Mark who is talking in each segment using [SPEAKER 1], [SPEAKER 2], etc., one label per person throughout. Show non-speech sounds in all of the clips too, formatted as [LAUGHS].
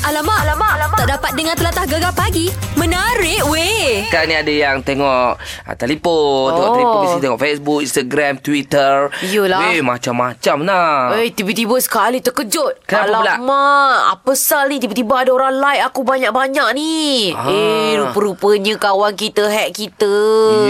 [SPEAKER 1] Alamak, alamak, alamak. Tak dapat dengar telatah gegar pagi. Menarik weh.
[SPEAKER 2] Sekarang Kan ni ada yang tengok ah, telefon, oh. tengok
[SPEAKER 3] Oh.
[SPEAKER 2] telefon mesti tengok Facebook, Instagram, Twitter.
[SPEAKER 3] Yolah.
[SPEAKER 2] Weh, macam-macam lah.
[SPEAKER 3] Eh, tiba-tiba sekali terkejut.
[SPEAKER 2] Kenapa pula?
[SPEAKER 3] Alamak, apa sal ni? Tiba-tiba ada orang like aku banyak-banyak ni.
[SPEAKER 2] Ah.
[SPEAKER 3] Eh, rupa-rupanya kawan kita hack kita.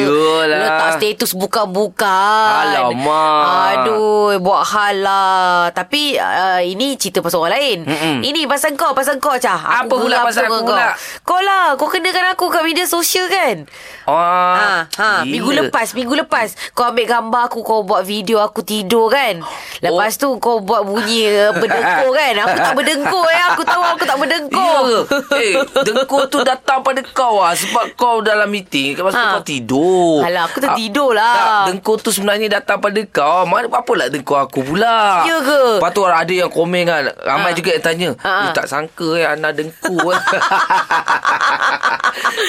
[SPEAKER 2] Yelah.
[SPEAKER 3] Letak status bukan-bukan.
[SPEAKER 2] Alamak.
[SPEAKER 3] kan. Aduh, buat hal lah. Tapi, uh, ini cerita pasal orang lain.
[SPEAKER 2] Mm-mm.
[SPEAKER 3] Ini pasal kau, pasal kau, Cah.
[SPEAKER 2] Apa pula
[SPEAKER 3] gelap
[SPEAKER 2] pasal
[SPEAKER 3] dengan
[SPEAKER 2] aku
[SPEAKER 3] kau.
[SPEAKER 2] pula?
[SPEAKER 3] Kau lah, kau kenakan aku kat media sosial kan?
[SPEAKER 2] Ah,
[SPEAKER 3] Ha, ha,
[SPEAKER 2] gila.
[SPEAKER 3] minggu lepas, minggu lepas kau ambil gambar aku, kau buat video aku tidur kan. Lepas
[SPEAKER 2] Oh.
[SPEAKER 3] tu kau buat bunyi
[SPEAKER 2] [LAUGHS]
[SPEAKER 3] eh, berdengkur kan. Aku tak berdengkur ya, aku tahu aku tak berdengkur.
[SPEAKER 2] Ya. Eh, dengkur tu datang pada kau lah. Sebab kau dalam meeting. Lepas tu
[SPEAKER 3] Ha.
[SPEAKER 2] kau tidur.
[SPEAKER 3] Alah, aku
[SPEAKER 2] Ah,
[SPEAKER 3] tertidur
[SPEAKER 2] Tak,
[SPEAKER 3] lah.
[SPEAKER 2] dengkur tu sebenarnya datang pada kau. Mana apalah dengkur aku pula.
[SPEAKER 3] Ya ke?
[SPEAKER 2] Lepas tu ada yang komen kan. Ramai
[SPEAKER 3] Ha.
[SPEAKER 2] juga yang tanya.
[SPEAKER 3] Ha, ha.
[SPEAKER 2] "Eh, tak sangka eh, Ana dengkur.
[SPEAKER 3] [LAUGHS]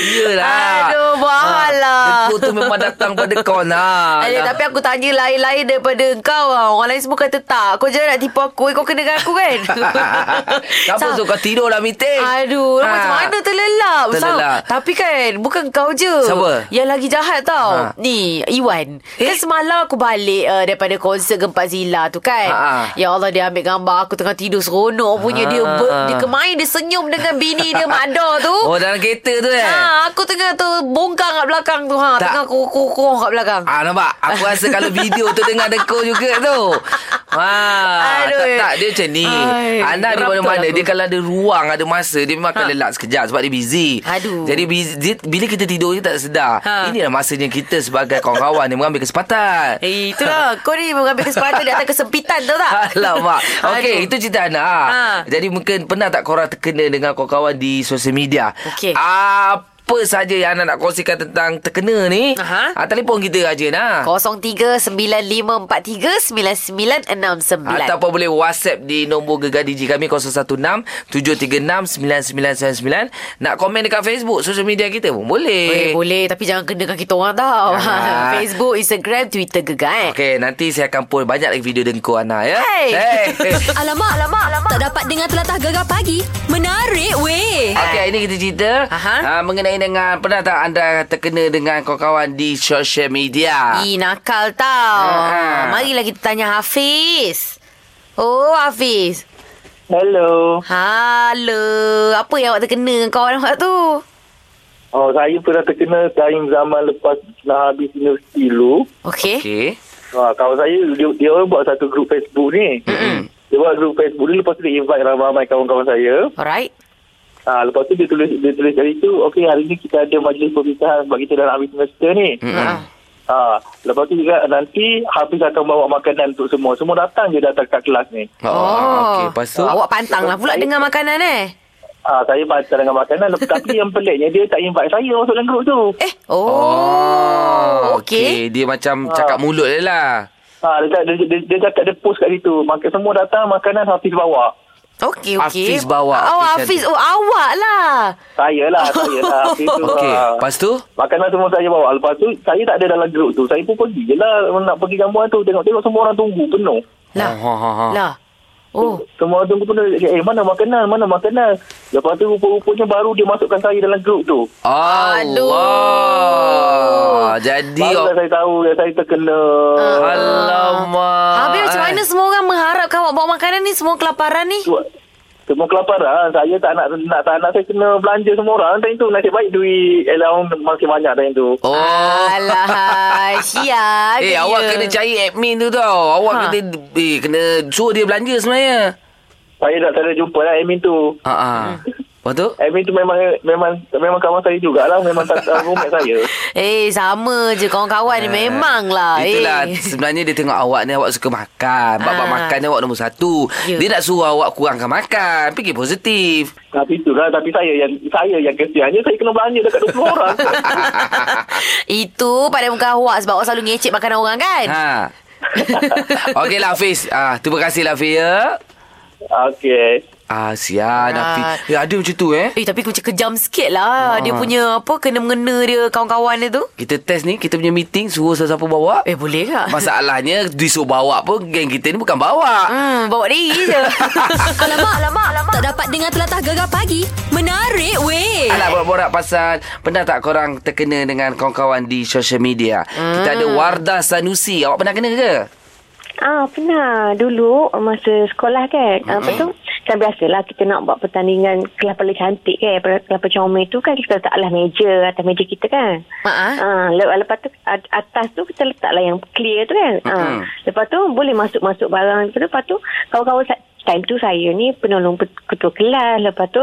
[SPEAKER 2] Yelah. Ha.
[SPEAKER 3] Aduh,
[SPEAKER 2] Ah,
[SPEAKER 3] mahal lah.
[SPEAKER 2] Dengkur tu memang datang pada kau nak.
[SPEAKER 3] Alah, tapi aku tanya lain-lain daripada kau lah. Orang lain semua kata tak. Kau jangan nak tipu aku. Eh, kau kena dengan aku
[SPEAKER 2] [LAUGHS]
[SPEAKER 3] kan?
[SPEAKER 2] Kenapa
[SPEAKER 3] Sah-
[SPEAKER 2] tu kau tidur dalam meeting?
[SPEAKER 3] Aduh, ha.
[SPEAKER 2] Ha.
[SPEAKER 3] macam mana terlelap. Sah.
[SPEAKER 2] Terlelap.
[SPEAKER 3] Tapi kan, bukan kau je.
[SPEAKER 2] Siapa?
[SPEAKER 3] Yang lagi jahat
[SPEAKER 2] Ha.
[SPEAKER 3] tau. Ni, Iwan. Eh? Kan
[SPEAKER 2] Eh?
[SPEAKER 3] semalam aku balik uh, daripada konsert Gempa Zila tu kan.
[SPEAKER 2] Ha, ha.
[SPEAKER 3] Ya Allah, dia ambil gambar aku tengah tidur seronok punya. Dia,
[SPEAKER 2] Ha.
[SPEAKER 3] ber, dia kemain, dia senyum dengan bini dia, Mak Dor tu.
[SPEAKER 2] [LAUGHS] Oh, dalam kereta tu eh?
[SPEAKER 3] Ha, aku tengah tu bongkang kat belakang tu. Ha,
[SPEAKER 2] Tak.
[SPEAKER 3] tengah kukuh-kukuh kat belakang.
[SPEAKER 2] Ah nampak Aku rasa kalau video tu Dengar dengkur juga tu ah,
[SPEAKER 3] Aduh.
[SPEAKER 2] Tak tak dia macam ni
[SPEAKER 3] Ai,
[SPEAKER 2] Ana di
[SPEAKER 3] geram
[SPEAKER 2] mana-mana
[SPEAKER 3] betul aku.
[SPEAKER 2] Dia kalau ada ruang Ada masa Dia memang akan
[SPEAKER 3] Ha.
[SPEAKER 2] lelak sekejap Sebab dia busy
[SPEAKER 3] Aduh.
[SPEAKER 2] Jadi busy, dia, bila kita tidur Dia tak sedar
[SPEAKER 3] Ha.
[SPEAKER 2] Inilah masanya kita Sebagai kawan-kawan Dia mengambil kesempatan
[SPEAKER 3] Eh, itulah.
[SPEAKER 2] [LAUGHS]
[SPEAKER 3] Kau ni mengambil kesempatan di atas kesempitan tau tak?
[SPEAKER 2] Alamak Okey
[SPEAKER 3] [LAUGHS] Aduh.
[SPEAKER 2] itu cerita Ana ah.
[SPEAKER 3] Ha.
[SPEAKER 2] Jadi mungkin pernah tak korang terkena Dengan kawan-kawan di sosial media
[SPEAKER 3] Okey.
[SPEAKER 2] Apa saja yang Ana nak kongsikan Tentang terkena ni
[SPEAKER 3] Aha.
[SPEAKER 2] ah, Telefon kita ah. aja Ana
[SPEAKER 3] 0395439969.
[SPEAKER 2] Ataupun boleh WhatsApp di nombor Gegar Digi kami 016-736-9999. Nak komen dekat Facebook, social media kita pun
[SPEAKER 3] Eh,
[SPEAKER 2] boleh.
[SPEAKER 3] boleh tapi jangan kenakan kita orang tau.
[SPEAKER 2] Jangan.
[SPEAKER 3] [LAUGHS] Facebook, Instagram, Twitter gegar eh. Okay.
[SPEAKER 2] Okey, nanti saya akan pun banyak lagi video dengkur Ana ya.
[SPEAKER 3] Hey. [LAUGHS]
[SPEAKER 2] Hey.
[SPEAKER 1] Alamak, alamak, alamak. Tak dapat dengar telatah gegar pagi. Menarik
[SPEAKER 2] [LAUGHS]
[SPEAKER 1] weh.
[SPEAKER 2] Okey, ini kita cerita
[SPEAKER 3] Aha.
[SPEAKER 2] uh, mengenai dengan pernah tak anda terkena dengan kawan-kawan di social media?
[SPEAKER 3] Ih, nakal tau.
[SPEAKER 2] Ah.
[SPEAKER 3] Marilah kita tanya Hafiz. Oh, Hafiz.
[SPEAKER 4] Hello.
[SPEAKER 3] Halo. Apa yang awak terkena dengan kawan awak tu?
[SPEAKER 4] Oh, saya pernah terkena time zaman lepas nak habis universiti dulu.
[SPEAKER 3] Okey. Okay.
[SPEAKER 2] Okey.
[SPEAKER 4] Ha, kawan saya, dia, dia orang buat satu grup Facebook ni. Dia buat grup Facebook ni, lepas tu dia invite ramai-ramai kawan-kawan saya.
[SPEAKER 3] Alright.
[SPEAKER 4] Ha, lepas tu dia tulis dia tulis hari tu, okey hari ni kita ada majlis perpisahan sebab kita dah nak habis semester ni.
[SPEAKER 3] Ha.
[SPEAKER 2] Hmm.
[SPEAKER 4] Ha, lepas tu juga nanti habis akan bawa makanan untuk semua. Semua datang je datang kat kelas ni.
[SPEAKER 2] Oh, okey, lepas tu
[SPEAKER 3] Ah. Awak pantang lah pula dengan makanan eh.
[SPEAKER 4] Ha, saya patah dengan makanan, Lep- tapi yang peliknya dia tak invite saya masuk dalam grup tu.
[SPEAKER 3] Eh. Oh. Okey. Okay.
[SPEAKER 2] Dia macam cakap mulut dia lah.
[SPEAKER 4] Ha, dia, tak- dia, dia, dia cakap dia post kat situ. Maka, semua datang makanan Hafiz bawa.
[SPEAKER 3] Okey, okey.
[SPEAKER 2] Hafiz bawa.
[SPEAKER 3] Oh,
[SPEAKER 2] Hafiz
[SPEAKER 3] Hafiz. Oh, awak lah.
[SPEAKER 4] Saya lah, saya lah. Hafiz tu,
[SPEAKER 2] Okey,
[SPEAKER 4] ha.
[SPEAKER 2] lepas tu
[SPEAKER 4] Makanan semua saya bawa. Lepas tu, saya tak ada dalam grup tu. Saya pun pergi je lah nak pergi gambar tu. Tengok-tengok semua orang tunggu, penuh.
[SPEAKER 3] Lah.
[SPEAKER 2] Ha, ha, ha.
[SPEAKER 3] Lah. Oh.
[SPEAKER 4] Semua orang tunggu penuh. Dia cakap, Eh, mana makanan? Mana makanan? Lepas tu, rupa-rupanya baru dia masukkan saya dalam grup tu.
[SPEAKER 2] Allah. Oh, Jadi oh,
[SPEAKER 4] Barulah saya tahu yang saya terkena.
[SPEAKER 2] Ah. Alamak.
[SPEAKER 3] Habis macam mana semua orang mengharapkan awak bawa makanan ni semua kelaparan ni?
[SPEAKER 4] Tu- Semua kelaparan. Saya tak nak, nak tak nak saya kena belanja semua orang. Time tu nasib baik duit allowance masih banyak time tu.
[SPEAKER 2] Oh. [LAUGHS]
[SPEAKER 3] Alah, sial.
[SPEAKER 2] Eh,
[SPEAKER 3] dia.
[SPEAKER 2] awak kena cari admin tu tau. Awak
[SPEAKER 3] Ha.
[SPEAKER 2] ha. kena eh, kena suruh dia belanja sebenarnya.
[SPEAKER 4] Saya dah tak ada jumpa lah admin tu.
[SPEAKER 2] Ha ah.
[SPEAKER 3] Hmm.
[SPEAKER 2] Lepas tu?
[SPEAKER 4] Admin tu memang memang memang kawan saya jugalah. Memang tak roommate [LAUGHS] saya.
[SPEAKER 3] Eh, sama je kawan-kawan ni Eh, memanglah.
[SPEAKER 2] Eh, Itulah
[SPEAKER 3] Eh.
[SPEAKER 2] Sebenarnya dia tengok awak ni Awak suka makan Bab-bab
[SPEAKER 3] Ah.
[SPEAKER 2] makan ni awak nombor satu
[SPEAKER 3] Ya.
[SPEAKER 2] Dia nak suruh awak kurangkan makan Fikir positif
[SPEAKER 4] Tapi itulah. Tapi saya yang saya yang kesiannya saya kena belanja dekat
[SPEAKER 3] [LAUGHS]
[SPEAKER 4] 20 orang.
[SPEAKER 3] [LAUGHS] Itu pada muka awak sebab awak selalu ngecek makanan orang kan?
[SPEAKER 2] Ha [LAUGHS] Okey lah Hafiz ah, Terima kasih lah Hafiz ya
[SPEAKER 4] Okey.
[SPEAKER 2] Ah, sian.
[SPEAKER 3] Ah.
[SPEAKER 2] Afiq. Ya, ada macam tu eh.
[SPEAKER 3] Eh tapi macam kejam sikit
[SPEAKER 2] Ah.
[SPEAKER 3] lah Dia punya apa Kena-mengena dia Kawan-kawan dia tu
[SPEAKER 2] Kita test ni, kita punya meeting, suruh siapa-siapa bawa.
[SPEAKER 3] Eh boleh tak?
[SPEAKER 2] Masalahnya, disuruh bawa pun, geng kita ni bukan bawa.
[SPEAKER 3] Hmm, bawa diri
[SPEAKER 2] [LAUGHS]
[SPEAKER 3] je
[SPEAKER 1] Alamak, alamak, alamak. Tak dapat dengar telatah gegar pagi. Menarik weh.
[SPEAKER 2] Alah borak-borak pasal Pernah tak korang terkena dengan kawan-kawan di social media hmm. Kita ada Wardah Sanusi Awak pernah kena ke?
[SPEAKER 5] Ah pernah dulu masa sekolah kan. Mm-hmm. Apa tu? Kan biasalah kita nak buat pertandingan kelapa le cantik kan. Per- Kelapa comel tu kan kita letak alas meja atas meja kita kan.
[SPEAKER 3] Ah,
[SPEAKER 5] Ah le- lepas tu at- atas tu kita letaklah yang clear tu kan.
[SPEAKER 2] Mm-mm.
[SPEAKER 5] Ah lepas tu boleh masuk-masuk barang lepas tu, lepas tu kawan-kawan sa- time tu saya ni penolong pet- ketua kelas lepas tu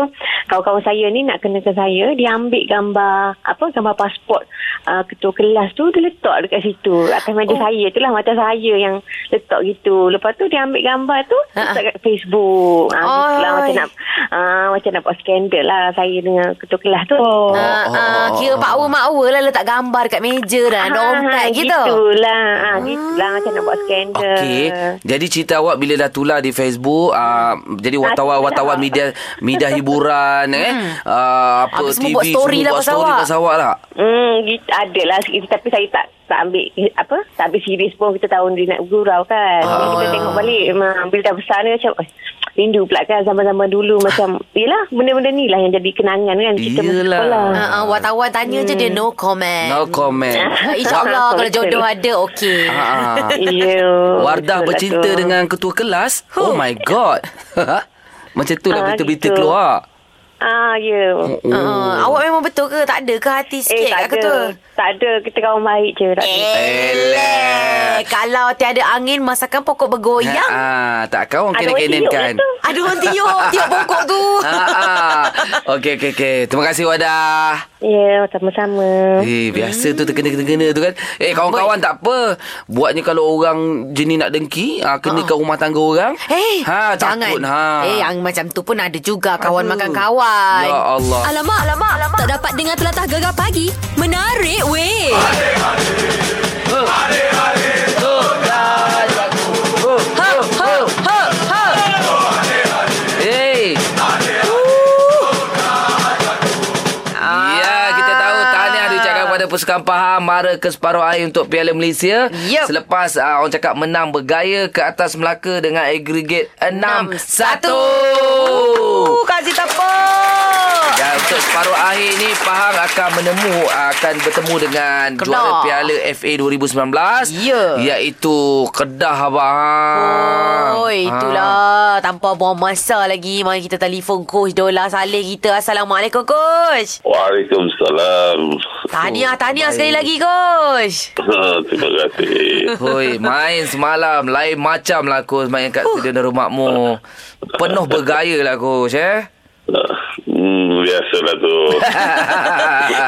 [SPEAKER 5] kawan-kawan saya ni nak kenakan saya dia ambil gambar apa gambar pasport uh, ketua kelas tu dia letak dekat situ atas meja oh. saya tu lah macam saya yang letak gitu lepas tu dia ambil gambar tu letak kat Facebook ah
[SPEAKER 3] Oi.
[SPEAKER 5] lah macam nak ah macam nak buat skandal lah saya dengan ketua kelas tu
[SPEAKER 2] Oh,
[SPEAKER 3] ah, ah, Kira pak wa mak wa lah Letak gambar kat meja dan Dompet Ah, gitu
[SPEAKER 5] Ah, Gitulah ah, Gitulah macam nak buat skandal
[SPEAKER 2] Okey.
[SPEAKER 3] Ya.
[SPEAKER 2] Jadi cerita awak bila dah tular di Facebook uh, jadi wartawan-wartawan
[SPEAKER 3] lah.
[SPEAKER 5] tular.
[SPEAKER 2] media media hiburan eh uh, apa
[SPEAKER 3] Apa, Hmm. semua
[SPEAKER 2] TV
[SPEAKER 3] buat story
[SPEAKER 2] semua
[SPEAKER 3] lah
[SPEAKER 2] buat
[SPEAKER 3] pasal
[SPEAKER 2] story
[SPEAKER 3] awak.
[SPEAKER 2] pasal awak tak?
[SPEAKER 5] Hmm, gitu, ada lah sikit tapi saya tak tak ambil eh, apa tak ambil serius pun kita tahun dia nak gurau kan. Ah. Kita tengok balik memang bila dah besar ni macam eh, rindu pula kan zaman-zaman dulu
[SPEAKER 2] Ah.
[SPEAKER 5] macam yelah benda-benda ni lah yang jadi kenangan kan kita masa
[SPEAKER 2] Yelah.
[SPEAKER 5] sekolah. [LAUGHS]
[SPEAKER 3] Ah, ah, wartawan tanya hmm. je dia no comment.
[SPEAKER 2] No
[SPEAKER 3] [LAUGHS]
[SPEAKER 2] comment.
[SPEAKER 3] Ah, InsyaAllah [LAUGHS] kalau jodoh ada okey.
[SPEAKER 2] Ha, ha.
[SPEAKER 5] Ya.
[SPEAKER 2] Wardah
[SPEAKER 5] betul lah
[SPEAKER 2] bercinta
[SPEAKER 5] tu.
[SPEAKER 2] dengan ketua kelas. Oh my god. [LAUGHS] Macam tu lah
[SPEAKER 5] Ah,
[SPEAKER 2] berita-berita
[SPEAKER 5] gitu.
[SPEAKER 2] keluar.
[SPEAKER 5] Ah ya.
[SPEAKER 2] Oh.
[SPEAKER 3] Ah, awak memang betul ke? Tak ada ke hati sikit
[SPEAKER 5] Eh tak
[SPEAKER 3] kat ketua?
[SPEAKER 5] ada. Tak ada kita kawan baik je tak ada.
[SPEAKER 2] Eh, Eleh.
[SPEAKER 3] Eleh. Kalau tiada angin masakan pokok
[SPEAKER 2] Ha,
[SPEAKER 3] bergoyang.
[SPEAKER 2] ah, tak kau orang
[SPEAKER 5] Ada orang
[SPEAKER 2] kena-kena
[SPEAKER 5] tiup lah
[SPEAKER 2] kan.
[SPEAKER 5] tu.
[SPEAKER 3] Ada orang tiup, tiup pokok tu.
[SPEAKER 2] [LAUGHS] Ah, ah. Okey okey okey. Terima kasih Wardah.
[SPEAKER 5] Ya, sama-sama.
[SPEAKER 2] Eh, biasa tu terkena-kena tu kan.
[SPEAKER 3] Ah,
[SPEAKER 2] Eh, kawan-kawan tak apa. Buatnya kalau orang jenis nak dengki, ah, kena ke rumah tangga orang.
[SPEAKER 3] Eh,
[SPEAKER 2] ha,
[SPEAKER 3] jangan.
[SPEAKER 2] Takut, ha.
[SPEAKER 3] Eh, yang macam tu pun ada juga kawan
[SPEAKER 2] Aduh.
[SPEAKER 3] makan kawan.
[SPEAKER 2] Ya Allah.
[SPEAKER 1] Alamak, alamak, alamak. Tak dapat dengar telatah gegar pagi. Menarik weh.
[SPEAKER 2] Ya, Ha, ha, ha, ha. Eh. Ya, kita tahu tahniah diucapkan kepada Pasukan Pahang mara ke separuh air untuk Piala Malaysia.
[SPEAKER 3] Yup.
[SPEAKER 2] Selepas uh, orang cakap menang bergaya ke atas Melaka dengan agregat 6-1.
[SPEAKER 3] Satu. Kasih tepuk.
[SPEAKER 2] Dan untuk separuh akhir ni Pahang akan menemu akan bertemu dengan
[SPEAKER 3] Kedah.
[SPEAKER 2] juara Piala FA 2019
[SPEAKER 3] Ya.
[SPEAKER 2] iaitu Kedah Ya. Ha. abang.
[SPEAKER 3] Oh, itulah. Tanpa buang masa lagi. Mari kita telefon Coach Dola Saleh kita. Assalamualaikum, Coach.
[SPEAKER 6] Waalaikumsalam. [LAUGHS]
[SPEAKER 3] Tahniah,
[SPEAKER 2] Oh,
[SPEAKER 3] tahniah
[SPEAKER 2] baik.
[SPEAKER 3] sekali lagi, Coach.
[SPEAKER 6] Terima kasih.
[SPEAKER 2] Ha. Hoi, main semalam lain macam lah coach main kat stadion Darul Makmur. Penuh bergaya lah coach
[SPEAKER 3] [LAUGHS]
[SPEAKER 2] eh.
[SPEAKER 6] Ah, Hmm, biasalah tu.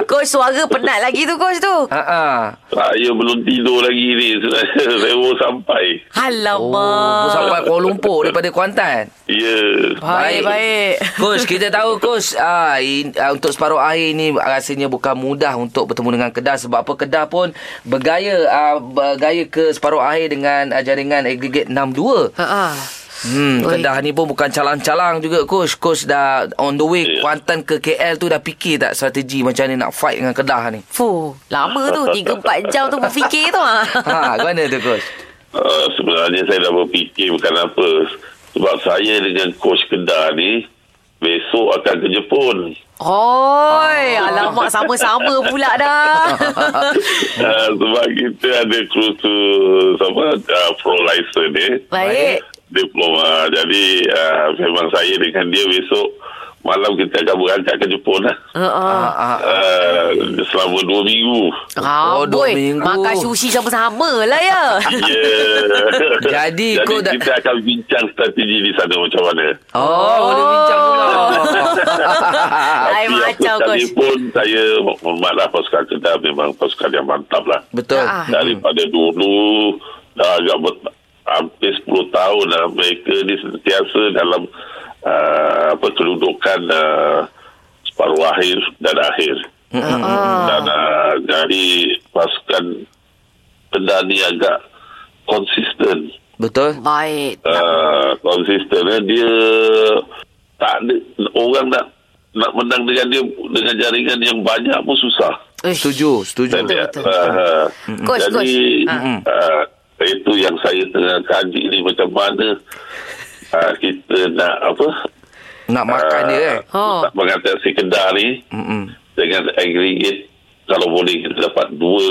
[SPEAKER 3] Coach, suara penat lagi tu, Coach tu.
[SPEAKER 2] Ha ah.
[SPEAKER 6] Saya ya, belum tidur lagi ni. [LAUGHS] Sebenarnya saya baru sampai.
[SPEAKER 2] Oh,
[SPEAKER 3] Alamak.
[SPEAKER 2] sampai Kuala Lumpur daripada Kuantan.
[SPEAKER 6] Ya.
[SPEAKER 2] Oh,
[SPEAKER 3] Baik, baik.
[SPEAKER 2] Coach, kita tahu Coach ah, in, ah, Untuk separuh akhir ni Rasanya bukan mudah Untuk bertemu dengan Kedah Sebab apa Kedah pun Bergaya ah, Bergaya ke separuh akhir Dengan ah, jaringan agregat 6-2
[SPEAKER 3] Ha ah.
[SPEAKER 2] Hmm,
[SPEAKER 3] Oi.
[SPEAKER 2] Kedah ni pun bukan calang-calang juga Coach Coach dah on the way
[SPEAKER 6] Ya.
[SPEAKER 2] Kuantan ke KL tu Dah fikir tak strategi Macam mana nak fight dengan Kedah
[SPEAKER 3] [LAUGHS]
[SPEAKER 2] ni
[SPEAKER 3] Fuh, lama tu 3 4 jam tu berfikir tu ah.
[SPEAKER 2] [LAUGHS] Ha, mana tu Coach?
[SPEAKER 6] Ah, sebenarnya saya dah berfikir bukan apa. Sebab saya dengan coach Kedah ni besok akan ke Jepun.
[SPEAKER 3] Oi,
[SPEAKER 2] Ah.
[SPEAKER 3] alamak sama-sama pula dah.
[SPEAKER 2] [LAUGHS]
[SPEAKER 6] Ah, sebab kita ada kursus apa ah, pro license ni.
[SPEAKER 3] Baik.
[SPEAKER 6] diploma. Jadi uh, memang saya dengan dia besok malam kita akan berangkat ke Jepun lah.
[SPEAKER 3] Ha
[SPEAKER 2] Ha, ha.
[SPEAKER 6] Uh, selama dua
[SPEAKER 2] [LAUGHS]
[SPEAKER 6] minggu.
[SPEAKER 3] ah.
[SPEAKER 2] Oh, dua
[SPEAKER 3] Amboi,
[SPEAKER 2] minggu.
[SPEAKER 3] makan sushi sama-sama lah
[SPEAKER 2] [LAUGHS]
[SPEAKER 3] ya.
[SPEAKER 6] Yeah.
[SPEAKER 2] Jadi,
[SPEAKER 6] Jadi
[SPEAKER 2] kau dah-
[SPEAKER 6] kita akan bincang strategi di sana macam mana.
[SPEAKER 2] Oh, boleh bincang pula
[SPEAKER 3] Oh.
[SPEAKER 2] Ah,
[SPEAKER 3] Lain
[SPEAKER 6] Tapi
[SPEAKER 3] macam, Coach.
[SPEAKER 6] apa sekalipun saya hormatlah pasukan Kedah memang pasukan yang mantap lah.
[SPEAKER 2] Betul
[SPEAKER 3] Ah.
[SPEAKER 6] Daripada dulu dah agak ber- hampir 10 tahun lah mereka ni sentiasa dalam uh, apa kedudukan uh, separuh akhir dan akhir.
[SPEAKER 3] Ah.
[SPEAKER 6] Dan uh, jadi pasukan Kedah ni agak konsisten Ah,
[SPEAKER 2] Betul
[SPEAKER 3] Baik.
[SPEAKER 6] uh, konsisten eh. dia tak ada orang nak nak menang dengan dia dengan jaringan yang banyak pun susah.
[SPEAKER 3] Uish.
[SPEAKER 2] Setuju, setuju.
[SPEAKER 3] Betul,
[SPEAKER 6] Kan?
[SPEAKER 3] betul.
[SPEAKER 6] Ah,
[SPEAKER 3] Coach,
[SPEAKER 6] jadi
[SPEAKER 3] coach.
[SPEAKER 6] ah, itu yang saya tengah kaji ni macam mana ah, kita nak apa
[SPEAKER 2] Nak makan dia kan.
[SPEAKER 3] Oh.
[SPEAKER 6] Oh. Tak mengatasi kedar ni
[SPEAKER 2] Mm-mm.
[SPEAKER 6] dengan aggregate kalau boleh kita dapat dua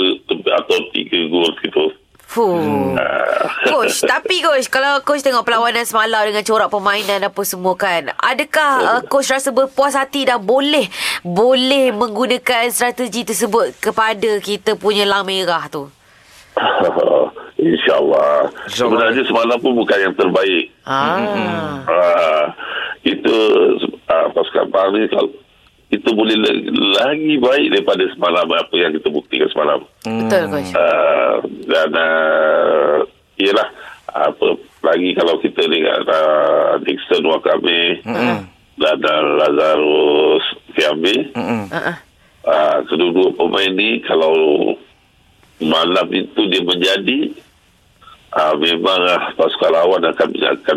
[SPEAKER 6] atau tiga gol gitu.
[SPEAKER 2] Hmm.
[SPEAKER 6] Ah.
[SPEAKER 3] Fuh. Coach,
[SPEAKER 6] [LAUGHS]
[SPEAKER 3] tapi coach kalau coach tengok perlawanan semalam dengan corak permainan apa semua kan, adakah uh, coach rasa berpuas hati dan boleh boleh menggunakan strategi tersebut kepada kita punya lang merah tu?
[SPEAKER 6] InsyaAllah.
[SPEAKER 2] InsyaAllah.
[SPEAKER 6] Sebenarnya semalam pun bukan yang terbaik.
[SPEAKER 3] Ah.
[SPEAKER 6] Ah, itu ah, pasukan Bahrain kalau itu boleh le- lagi baik daripada semalam apa yang kita buktikan semalam.
[SPEAKER 2] Hmm.
[SPEAKER 3] Betul coach.
[SPEAKER 6] Ah, dan uh, ialah apa lagi kalau kita lihat uh, Dixon Wakame dan uh, Lazarus Kiambi
[SPEAKER 2] Mm-mm.
[SPEAKER 3] Uh-uh.
[SPEAKER 6] uh, kedua-dua pemain ni kalau malam itu dia menjadi uh, memang uh, pasukan lawan akan akan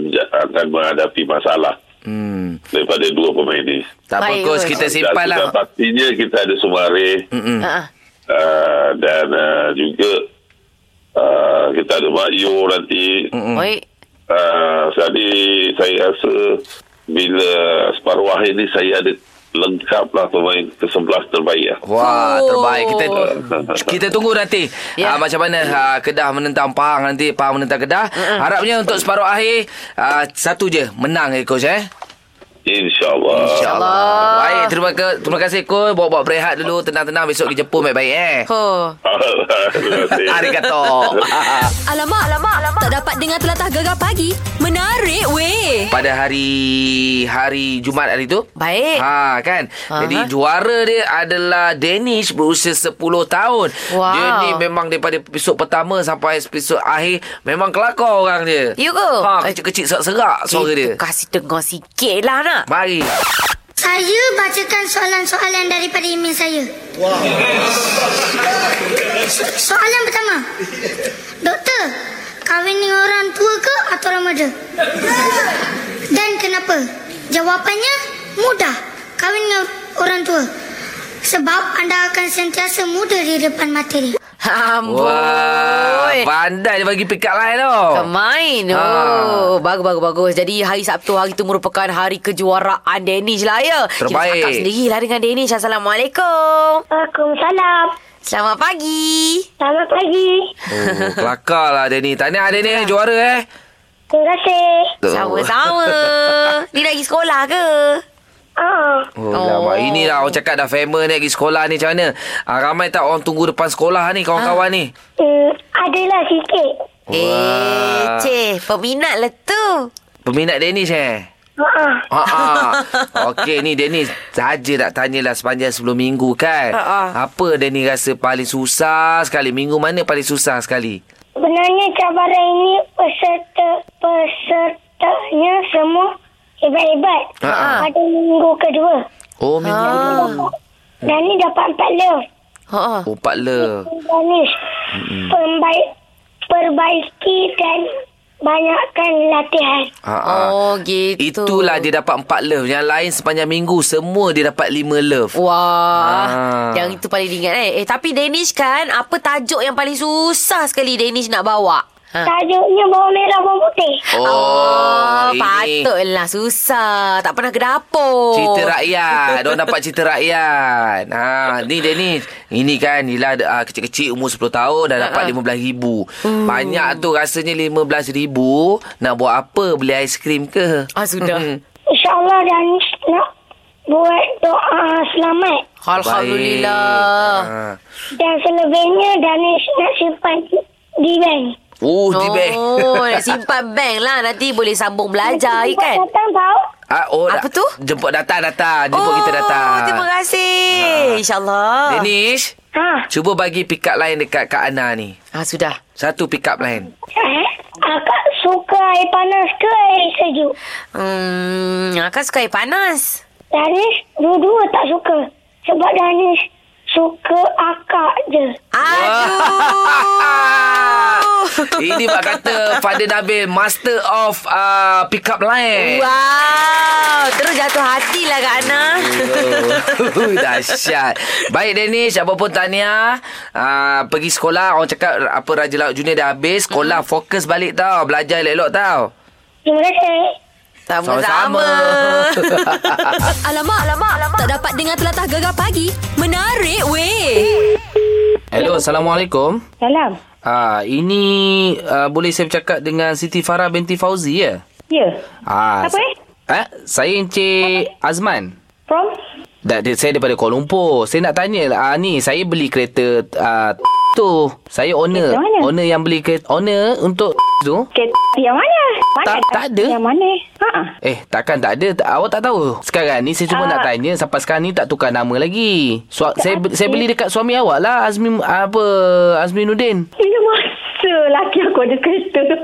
[SPEAKER 6] akan menghadapi masalah
[SPEAKER 2] Hmm.
[SPEAKER 6] daripada dua pemain ni. Ah,
[SPEAKER 2] Tak apa
[SPEAKER 3] Baik,
[SPEAKER 2] coach,
[SPEAKER 3] coach.
[SPEAKER 2] kita
[SPEAKER 6] Dan
[SPEAKER 2] simpan lah.
[SPEAKER 6] sudah pastinya kita ada Sumare
[SPEAKER 2] Mm.
[SPEAKER 3] Uh-uh.
[SPEAKER 6] uh, dan uh, juga uh, kita ada Mayu nanti.
[SPEAKER 2] Mm.
[SPEAKER 3] Baik.
[SPEAKER 6] Uh, jadi saya rasa bila separuh akhir ni saya ada lengkap lah pemain ke-11 terbaik lah.
[SPEAKER 2] Wah,
[SPEAKER 3] Oh.
[SPEAKER 2] terbaik. Kita
[SPEAKER 3] [LAUGHS]
[SPEAKER 2] kita tunggu nanti yeah.
[SPEAKER 3] Ya.
[SPEAKER 2] macam mana ah, Kedah menentang Pahang nanti, Pahang menentang Kedah. Harapnya untuk separuh akhir ah, satu je menang eh coach eh.
[SPEAKER 6] InsyaAllah. [LAUGHS]
[SPEAKER 2] InsyaAllah. Baik, terima, ke, terima kasih coach. Bawa-bawa berehat dulu, tenang-tenang besok kerja pun baik-baik
[SPEAKER 3] [LAUGHS]
[SPEAKER 2] eh.
[SPEAKER 3] Oh.
[SPEAKER 6] Terima kasih.
[SPEAKER 2] Arigato.
[SPEAKER 1] Alamak, alamak, alamak. Tak dapat dengar telatah gegar pagi. Menarik weh.
[SPEAKER 2] [LAUGHS] Pada hari hari Jumaat hari tu,
[SPEAKER 3] Baik.
[SPEAKER 2] Ha kan.
[SPEAKER 3] Eh. Aha.
[SPEAKER 2] Jadi juara dia adalah Danish berusia 10 tahun.
[SPEAKER 3] Wow.
[SPEAKER 2] Dia ni memang daripada episod pertama sampai episod akhir memang kelakar orang dia.
[SPEAKER 3] You Ya ke? Eh,
[SPEAKER 2] Ha kecil-kecil serak-serak suara
[SPEAKER 3] Itu
[SPEAKER 2] dia.
[SPEAKER 3] Kasih dengar sikit lah nak.
[SPEAKER 2] Mari.
[SPEAKER 7] Saya bacakan soalan-soalan daripada email saya. Wow. Soalan pertama. Doktor, kahwin dengan orang tua ke atau orang muda? Dan kenapa? Jawapannya mudah. Kahwin dengan orang tua. Sebab anda akan sentiasa muda di depan mata dia.
[SPEAKER 3] Amboi.
[SPEAKER 2] Wah, pandai dia bagi pick up line tu.
[SPEAKER 3] Kemain
[SPEAKER 2] Ha.
[SPEAKER 3] Oh Bagus bagus bagus Jadi hari Sabtu Hari tu merupakan Hari kejuaraan Danish lah ya Kita
[SPEAKER 2] Terbaik.
[SPEAKER 3] cakap sendiri lah Dengan Danish Assalamualaikum
[SPEAKER 5] Waalaikumsalam.
[SPEAKER 3] Selamat pagi
[SPEAKER 5] Selamat pagi.
[SPEAKER 2] Oh, kelakar lah dia ni. Tahniah dia ni juara eh.
[SPEAKER 5] Terima kasih.
[SPEAKER 2] Tu. [LAUGHS]
[SPEAKER 3] Sama-sama Ni nak pergi sekolah ke?
[SPEAKER 5] Ah.
[SPEAKER 2] Oh, oh. Lah, ini lah orang cakap dah famous ni pergi sekolah ni macam mana. Ah, ramai tak orang tunggu depan sekolah ni kawan-kawan
[SPEAKER 3] Ah.
[SPEAKER 2] ni.
[SPEAKER 5] Hmm, adalah sikit.
[SPEAKER 3] Eh
[SPEAKER 2] Wah.
[SPEAKER 3] Ceh Peminat lah tu
[SPEAKER 2] Peminat Danish eh.
[SPEAKER 5] Ah.
[SPEAKER 2] Ha ah. Okey ni Dennis saja nak tanyalah sepanjang sebelum minggu kan.
[SPEAKER 3] Ha, ah.
[SPEAKER 2] Apa Dennis rasa paling susah sekali? Minggu mana paling susah sekali?
[SPEAKER 5] Sebenarnya cabaran ini peserta pesertanya semua hebat-hebat.
[SPEAKER 2] Ha-ha.
[SPEAKER 5] Pada minggu kedua.
[SPEAKER 2] Oh minggu
[SPEAKER 3] Ah.
[SPEAKER 5] Dan ni dapat empat love.
[SPEAKER 3] Ha-ha.
[SPEAKER 2] Oh pak le.
[SPEAKER 5] Danis. Pembaik, perbaiki dan banyakkan latihan.
[SPEAKER 2] Ha ah.
[SPEAKER 3] Oh gitu
[SPEAKER 2] Itulah dia dapat empat love. Yang lain sepanjang minggu semua dia dapat lima love.
[SPEAKER 3] Oh, Wah,
[SPEAKER 2] Ah.
[SPEAKER 3] yang itu paling diingat eh. Eh tapi Danish kan, apa tajuk yang paling susah sekali Danish nak bawa? Ha.
[SPEAKER 5] Tajuknya bawang merah, bawang putih.
[SPEAKER 2] Oh,
[SPEAKER 3] Oh,
[SPEAKER 2] ini
[SPEAKER 3] patutlah susah. Tak pernah ke dapur.
[SPEAKER 2] Cerita rakyat. Diorang dapat cerita rakyat. Ha, ni Dennis. Ini kan Hila uh, kecil-kecil umur 10 tahun dah dapat RM15,000.
[SPEAKER 3] Hmm.
[SPEAKER 2] Banyak tu rasanya RM15,000. Nak buat apa? Beli aiskrim ke? Hmm.
[SPEAKER 3] Ah, sudah.
[SPEAKER 2] Mm-mm.
[SPEAKER 5] InsyaAllah Danis nak buat doa selamat.
[SPEAKER 2] Baik.
[SPEAKER 3] Alhamdulillah.
[SPEAKER 5] Dan selebihnya Danis nak simpan di- di bank.
[SPEAKER 2] Ha. Oh, di bank.
[SPEAKER 3] Oh, [LAUGHS] nak simpan bank lah. Nanti boleh sambung belajar, ya kan?
[SPEAKER 5] Datang tahu.
[SPEAKER 2] [LAUGHS] Ah, oh,
[SPEAKER 3] Apa
[SPEAKER 2] dah-
[SPEAKER 3] tu?
[SPEAKER 2] Jemput datang, datang. Jemput
[SPEAKER 3] oh,
[SPEAKER 2] kita datang. Ha.
[SPEAKER 3] terima kasih. InsyaAllah.
[SPEAKER 2] Danish,
[SPEAKER 5] Ha.
[SPEAKER 2] cuba bagi pick up line dekat Kak Ana ni.
[SPEAKER 3] Ah, sudah.
[SPEAKER 2] Satu pick up line.
[SPEAKER 5] Eh, akak suka air panas ke air sejuk?
[SPEAKER 3] Hmm, akan suka air panas.
[SPEAKER 5] Danis dua-dua tak suka. Sebab Danis
[SPEAKER 7] Suka akak je.
[SPEAKER 3] Aduh.
[SPEAKER 2] Ini bak kata Father Nabil Master of uh, Pick up line
[SPEAKER 3] Wow. Terus jatuh hatilah Kak Ana.
[SPEAKER 2] Oh, dahsyat. Baik Danish, apa pun tahniah. Uh, pergi sekolah, orang cakap apa Raja Laut Junior dah habis. Sekolah hmm. fokus balik tau. Belajar elok-elok tau.
[SPEAKER 7] Terima kasih.
[SPEAKER 3] Sama-sama.
[SPEAKER 1] Alamak, alamak, alamak. Tak dapat dengar telatah gegar pagi. Menarik weh.
[SPEAKER 2] [LAUGHS] Hello, Assalamualaikum.
[SPEAKER 5] Salam.
[SPEAKER 2] Ah, ini uh, boleh saya bercakap dengan Siti Farah binti Fauzi ya?
[SPEAKER 5] Ya.
[SPEAKER 2] Ah,
[SPEAKER 5] Siapa, eh?
[SPEAKER 2] Ah, saya Encik Azman.
[SPEAKER 5] From?
[SPEAKER 2] Da, di- saya daripada Kuala Lumpur. Saya nak tanya ah, ni, saya beli kereta ah, tu. Saya owner.
[SPEAKER 5] Kereta mana?
[SPEAKER 2] Owner yang beli kereta owner untuk tu.
[SPEAKER 5] Kereta yang mana? mana
[SPEAKER 2] Tak- tak ada.
[SPEAKER 5] Yang mana? Ha ah.
[SPEAKER 2] Eh, takkan tak ada. Tak, awak tak tahu. Sekarang ni saya cuma
[SPEAKER 5] Ah.
[SPEAKER 2] nak tanya sampai sekarang ni tak tukar nama lagi. So, saya be- saya beli dekat suami awak lah Azmi apa Azmi Nudin.
[SPEAKER 5] Ya masa laki aku ada kereta tu.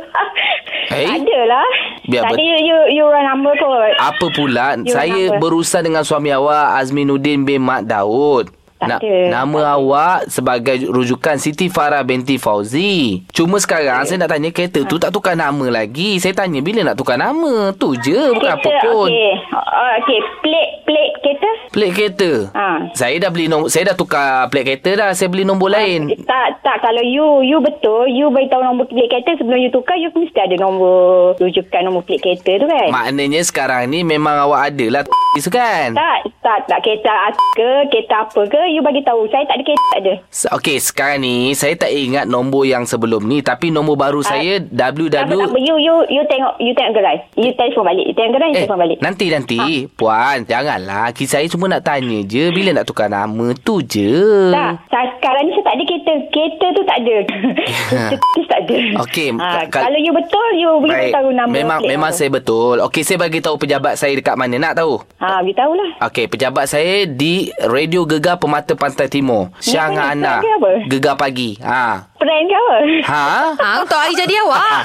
[SPEAKER 2] Eh?
[SPEAKER 5] Adalah.
[SPEAKER 2] Biar bet-
[SPEAKER 5] Tadi you, you, you orang number kot.
[SPEAKER 2] Apa pula?
[SPEAKER 5] You
[SPEAKER 2] saya
[SPEAKER 5] kenapa?
[SPEAKER 2] berurusan dengan suami awak Azminuddin bin Mat Daud.
[SPEAKER 5] Tak
[SPEAKER 2] Na-
[SPEAKER 5] ada.
[SPEAKER 2] nama awak sebagai rujukan Siti Farah binti Fauzi. Cuma sekarang saya nak tanya kereta
[SPEAKER 5] Ha.
[SPEAKER 2] tu tak tukar nama lagi. Saya tanya bila nak tukar nama. Tu je bukan apa pun.
[SPEAKER 5] Okey. Uh, okey, plate plate kereta.
[SPEAKER 2] Pelik kereta.
[SPEAKER 5] Ha.
[SPEAKER 2] Saya dah beli nombor, saya dah tukar pelik kereta dah. Saya beli nombor lain.
[SPEAKER 5] Tak, tak. Kalau you, you betul, you beritahu nombor plate kereta sebelum you tukar, you mesti ada nombor rujukan nombor plate kereta tu kan?
[SPEAKER 2] Maknanya sekarang ni memang awak ada lah tu kan?
[SPEAKER 5] tak, tak, tak. Kereta atas ke, kereta apa ke, you bagi tahu. Saya tak ada kereta, tak ada.
[SPEAKER 2] Se- Okey, sekarang ni saya tak ingat nombor yang sebelum ni tapi nombor baru
[SPEAKER 5] Ha.
[SPEAKER 2] saya E
[SPEAKER 5] Tak apa, tak apa.
[SPEAKER 2] WW
[SPEAKER 5] You, you, you tengok, you tengok gerai. You telefon balik. You tengok gerai, you
[SPEAKER 2] Eh,
[SPEAKER 5] telefon balik. Ah.
[SPEAKER 2] nanti nanti ha. puan janganlah. Ki saya cuma nak tanya je bila nak tukar nama tu je.
[SPEAKER 5] Hmm. Tak, saya- sekarang ni saya tak ada kereta. Kereta tu tak
[SPEAKER 2] [LAUGHS]
[SPEAKER 5] ada. Kereta tu tak ada.
[SPEAKER 2] Okey,
[SPEAKER 5] Ha,
[SPEAKER 2] kal-
[SPEAKER 5] kalau you betul, you boleh tahu nama.
[SPEAKER 2] memang memang saya betul. Okey, saya bagi tahu pejabat saya dekat mana nak tahu.
[SPEAKER 5] Ha, beritahulah.
[SPEAKER 2] Okey, pejabat saya di Radio Gegar Permata Pantai Timur. Syang
[SPEAKER 5] mana?
[SPEAKER 2] Ana.
[SPEAKER 5] Perangai apa?
[SPEAKER 2] Gegar pagi. Ha.
[SPEAKER 5] Prank ke apa? [LAUGHS]
[SPEAKER 2] Ha?
[SPEAKER 3] Ha, untuk hari jadi
[SPEAKER 1] [LAUGHS]
[SPEAKER 3] awak.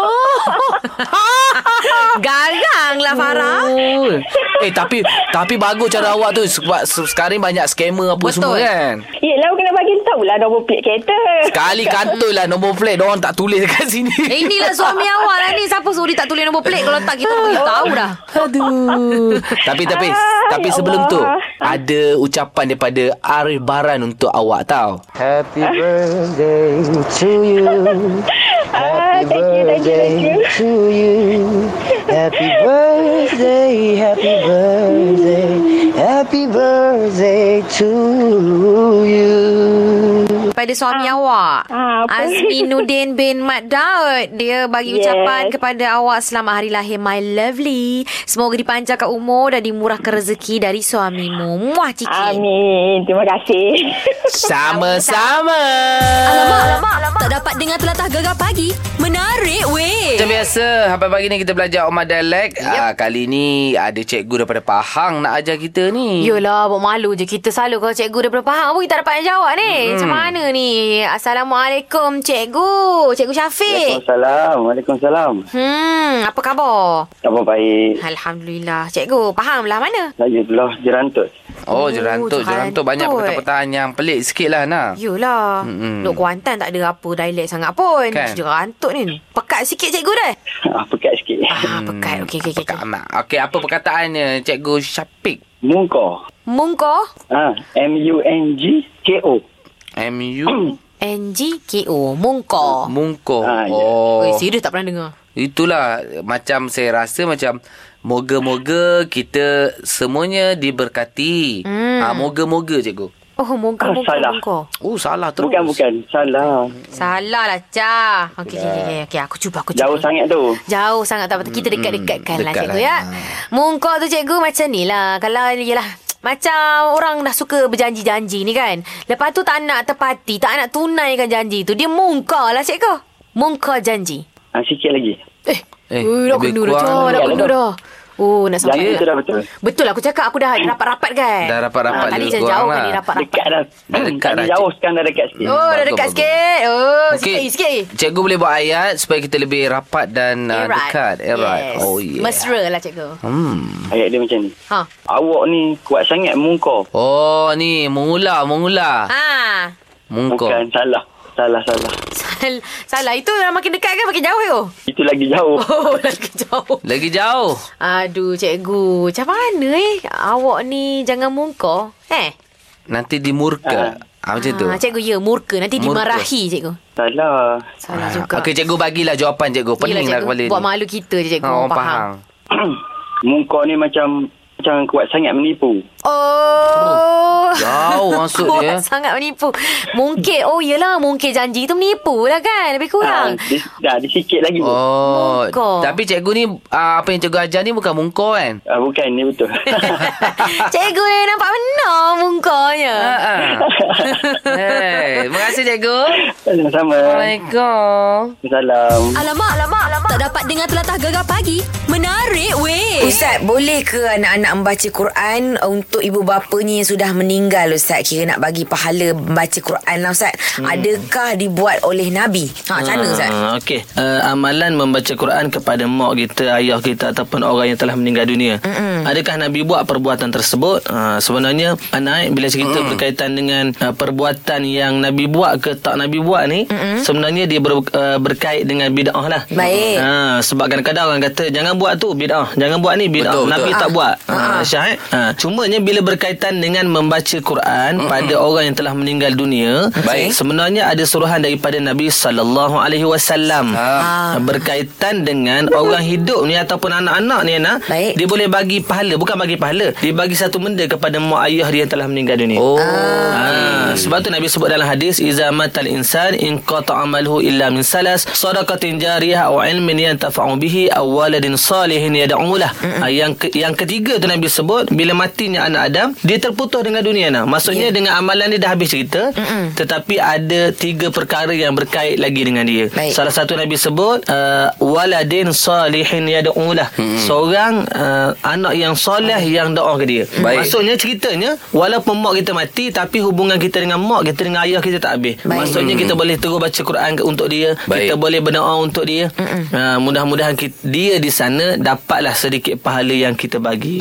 [SPEAKER 5] Oh.
[SPEAKER 3] Garang lah Farah.
[SPEAKER 2] Betul. Eh tapi tapi bagus cara awak tu sebab se- sekarang banyak scammer apa
[SPEAKER 3] Betul.
[SPEAKER 2] semua kan.
[SPEAKER 5] Yelah, kena bagi tahu Ya, lah nombor plate kereta.
[SPEAKER 2] Kali kantoi lah nombor plate orang tak tulis dekat sini.
[SPEAKER 3] Eh, inilah suami awak lah ni. Siapa suruh dia tak tulis nombor plate? Kalau tak, kita pun tak tahu dah.
[SPEAKER 2] Aduh. [LAUGHS] tapi tapi
[SPEAKER 5] Ah,
[SPEAKER 2] tapi
[SPEAKER 5] ya
[SPEAKER 2] sebelum tu
[SPEAKER 5] Allah.
[SPEAKER 2] ada ucapan daripada Arif Baran untuk awak tau. Happy birthday to you.
[SPEAKER 5] Ah, thank you, thank you, thank you.
[SPEAKER 2] to you. Happy birthday, happy birthday, happy birthday to you.
[SPEAKER 3] Pada suami awak
[SPEAKER 5] Ah, apa?
[SPEAKER 3] Azminuddin bin Mat Daud Dia bagi
[SPEAKER 5] Yes.
[SPEAKER 3] ucapan kepada awak Selamat Hari Lahir my lovely Semoga dipanjangkan umur Dan dimurahkan rezeki dari suamimu Muah ciki
[SPEAKER 5] Amin. Terima kasih. [LAUGHS]
[SPEAKER 2] Sama-sama.
[SPEAKER 1] Alamak, alamak, alamak. Tak dapat dengar telatah gegar pagi. Menarik weh.
[SPEAKER 2] Macam biasa, apa pagi ni kita belajar Omar Dialek. Yep. Ah, kali ni ada cikgu daripada Pahang nak ajar kita ni.
[SPEAKER 3] Yolah, buat malu je. Kita selalu kalau cikgu daripada Pahang pun kita tak dapat nak jawab ni. Hmm. Macam mana ni? Assalamualaikum, cikgu. Cikgu Syafiq.
[SPEAKER 8] Waalaikumsalam. Waalaikumsalam.
[SPEAKER 3] Hmm, apa khabar?
[SPEAKER 8] Apa baik?
[SPEAKER 3] Alhamdulillah. Cikgu, faham lah mana?
[SPEAKER 8] Saya belah jerantut. [LAUGHS]
[SPEAKER 2] Oh,
[SPEAKER 3] Oh,
[SPEAKER 2] jerantut. Jerantut
[SPEAKER 3] jerantut.
[SPEAKER 2] banyak perkataan-perkataan yang pelik sikit lah, nak.
[SPEAKER 3] Yolah.
[SPEAKER 2] Mm-mm.
[SPEAKER 3] Hmm. Duk Kuantan tak ada apa dialek sangat pun.
[SPEAKER 2] Kan?
[SPEAKER 3] Kan? Jerantut ni. Pekat sikit cikgu dah.
[SPEAKER 8] Apa kat sikit?
[SPEAKER 3] Ah, pekat. Okey, okey,
[SPEAKER 2] Hmm,
[SPEAKER 3] okey.
[SPEAKER 2] Pekat amat. Okey, apa perkataannya cikgu Syafiq?
[SPEAKER 8] Mungko.
[SPEAKER 3] Mungko.
[SPEAKER 8] Ha, M-U-N-G-K-O.
[SPEAKER 2] MU
[SPEAKER 3] N-G-K-O. Mungko.
[SPEAKER 2] Mungko.
[SPEAKER 8] Hmm. Ah, ya.
[SPEAKER 2] Oh.
[SPEAKER 3] Oh. Eh, serius tak pernah dengar.
[SPEAKER 2] Itulah macam saya rasa macam moga-moga kita semuanya diberkati.
[SPEAKER 3] Hmm.
[SPEAKER 2] Ah, moga-moga cikgu.
[SPEAKER 3] Oh, mungko,
[SPEAKER 8] Ah,
[SPEAKER 3] mungko,
[SPEAKER 8] salah.
[SPEAKER 3] mungko.
[SPEAKER 2] Oh, salah terus.
[SPEAKER 8] Bukan, bukan. Salah.
[SPEAKER 3] Salah lah, Cah. Okey, okey, okey. okey. Aku cuba, aku cuba.
[SPEAKER 8] Jauh sangat tu.
[SPEAKER 3] Jauh sangat tak apa. Kita dekat-dekatkan lah
[SPEAKER 2] Hmm, dekat
[SPEAKER 3] cikgu
[SPEAKER 2] lah.
[SPEAKER 3] ya. Mungkok tu cikgu macam ni lah. Kalau yelah macam orang dah suka berjanji-janji ni kan. Lepas tu tak nak tepati, tak nak tunaikan janji tu. Dia mungkak lah cikgu. Mungkak janji.
[SPEAKER 8] Ha, sikit lagi.
[SPEAKER 3] Eh,
[SPEAKER 2] Eh,
[SPEAKER 3] eh dah
[SPEAKER 2] lebih
[SPEAKER 3] kena dah.
[SPEAKER 2] kurang.
[SPEAKER 3] Cah, dah kena dah. Oh, nak
[SPEAKER 8] Jalan
[SPEAKER 3] sampai.
[SPEAKER 8] itu dah betul.
[SPEAKER 3] Betul lah aku cakap aku dah rapat-rapat kan.
[SPEAKER 2] Dah rapat-rapat
[SPEAKER 3] Ah, Tadi
[SPEAKER 2] lebih
[SPEAKER 3] jauh
[SPEAKER 2] kurang
[SPEAKER 3] jauh
[SPEAKER 2] lah.
[SPEAKER 3] kan ni rapat-rapat.
[SPEAKER 8] Dekat dah.
[SPEAKER 2] Dah dekat
[SPEAKER 8] Tadi
[SPEAKER 2] dah,
[SPEAKER 8] Jauh sekarang dah dekat sikit.
[SPEAKER 3] Oh, dah
[SPEAKER 2] Bagus,
[SPEAKER 3] dekat
[SPEAKER 2] bagus.
[SPEAKER 3] sikit. Oh,
[SPEAKER 2] Okey,
[SPEAKER 3] sikit sikit.
[SPEAKER 2] Cikgu boleh buat ayat supaya kita lebih rapat dan uh,
[SPEAKER 3] Erat.
[SPEAKER 2] dekat. Erat.
[SPEAKER 3] Yes.
[SPEAKER 2] Oh, yeah.
[SPEAKER 3] Mesra lah cikgu.
[SPEAKER 2] Hmm.
[SPEAKER 8] Ayat dia macam ni.
[SPEAKER 3] Ha.
[SPEAKER 8] Awak ni kuat sangat mungkau.
[SPEAKER 2] Oh, ni. Mengula, mengula.
[SPEAKER 3] Ha.
[SPEAKER 2] Mungkau.
[SPEAKER 8] Bukan salah. Salah, salah.
[SPEAKER 3] Sal- salah. Itu dah makin dekat ke makin jauh ke? Oh,
[SPEAKER 8] Itu lagi
[SPEAKER 2] [LAUGHS]
[SPEAKER 8] jauh.
[SPEAKER 3] [LAUGHS] oh lagi jauh.
[SPEAKER 2] Lagi jauh.
[SPEAKER 3] Aduh, cikgu. Macam mana eh? Awak ni jangan mungkor. Eh?
[SPEAKER 2] Nanti dimurka. Ah, macam tu.
[SPEAKER 3] Ah, cikgu, ya. Murka. Nanti
[SPEAKER 2] Murka.
[SPEAKER 3] dimarahi, cikgu.
[SPEAKER 8] Salah.
[SPEAKER 3] Salah
[SPEAKER 2] Ah,
[SPEAKER 3] juga.
[SPEAKER 2] Okey, cikgu bagilah jawapan cikgu. Pening lah
[SPEAKER 3] Yelah,
[SPEAKER 2] kepala
[SPEAKER 3] Buat
[SPEAKER 2] ni.
[SPEAKER 3] malu kita je, cikgu.
[SPEAKER 2] Ha, orang faham.
[SPEAKER 8] mungkau ni macam macam kuat sangat menipu.
[SPEAKER 3] Oh.
[SPEAKER 2] Jauh Ya,
[SPEAKER 3] [LAUGHS]
[SPEAKER 2] maksud
[SPEAKER 3] Kuat
[SPEAKER 2] dia.
[SPEAKER 3] sangat menipu. Mungkin. Oh, yelah. Mungkin janji tu menipu lah kan. Lebih
[SPEAKER 8] Ah,
[SPEAKER 3] kurang.
[SPEAKER 8] di, dah, di sikit lagi. Oh.
[SPEAKER 2] Oh,
[SPEAKER 3] Mungkau.
[SPEAKER 2] tapi cikgu ni ah, apa yang cikgu ajar ni bukan mungkau kan?
[SPEAKER 8] Ah, bukan, ni betul.
[SPEAKER 2] [LAUGHS]
[SPEAKER 8] [LAUGHS]
[SPEAKER 3] cikgu ni nampak benar mungkanya.
[SPEAKER 2] Ah. [LAUGHS] hey, terima kasih cikgu.
[SPEAKER 8] Sama-sama.
[SPEAKER 2] Assalamualaikum.
[SPEAKER 8] Salam.
[SPEAKER 1] Alamak, alamak, alamak. Tak dapat dengar telatah gegar pagi. Menarik weh.
[SPEAKER 9] Ustaz, boleh ke anak-anak membaca Quran untuk ibu bapanya yang sudah meninggal Ustaz? Kira nak bagi pahala membaca Quran lah Ustaz. Hmm. Adakah dibuat oleh Nabi? Ha, macam mana Ustaz?
[SPEAKER 10] Ah, Okey. Uh, amalan membaca Quran kepada mak kita, ayah kita ataupun orang yang telah meninggal dunia. Mm-mm. Adakah Nabi buat perbuatan tersebut? Uh, sebenarnya anak bila cerita Mm-mm. berkaitan dengan uh, perbuatan yang Nabi buat ke tak Nabi buat ni, Mm-mm. sebenarnya dia ber, uh, berkait dengan bid'ah lah.
[SPEAKER 9] Baik.
[SPEAKER 10] Uh, sebab kadang-kadang orang kata jangan buat tu bid'ah, jangan buat ni bid'ah.
[SPEAKER 2] Betul,
[SPEAKER 10] Nabi
[SPEAKER 2] betul.
[SPEAKER 10] tak buat. Uh, Syahid. Uh, cumanya bila berkaitan dengan membaca Quran Mm-mm. pada orang yang telah meninggal dunia,
[SPEAKER 2] Baik.
[SPEAKER 10] sebenarnya ada suruhan daripada Nabi sallallahu alaihi wasallam Ah,
[SPEAKER 2] Ah.
[SPEAKER 10] berkaitan dengan orang hidup ni ataupun anak-anak ni Ana
[SPEAKER 9] Baik.
[SPEAKER 10] dia boleh bagi pahala bukan bagi pahala dia bagi satu benda kepada mak ayah dia yang telah meninggal dunia
[SPEAKER 2] Oh.
[SPEAKER 10] Ah, sebab tu Nabi sebut dalam hadis iza matal insan in qata amaluhu illa min salas sadaqatin jariyah aw ilmin yantafa'u bihi aw waladin salihin yad'u lah. Ah, yang ke, yang ketiga tu Nabi sebut bila matinya anak Adam dia terputus dengan dunia nah. Maksudnya yeah. dengan amalan dia dah habis cerita Mm-mm. tetapi ada tiga perkara yang berkait lagi dengan dia.
[SPEAKER 9] Baik.
[SPEAKER 10] Salah satu Nabi sebut uh, waladin salihin yad'u lah. Seorang uh, anak yang soleh yang doa ke dia.
[SPEAKER 2] Baik.
[SPEAKER 10] Maksudnya Maksudnya ceritanya Walaupun mak kita mati Tapi hubungan kita dengan mak kita Dengan ayah kita tak habis
[SPEAKER 9] Baik.
[SPEAKER 10] Baik. Maksudnya kita boleh terus baca Quran ke- untuk dia
[SPEAKER 2] Baik.
[SPEAKER 10] Baik. Kita boleh berdoa untuk dia ha, Mudah-mudahan kita, dia di sana Dapatlah sedikit pahala yang kita bagi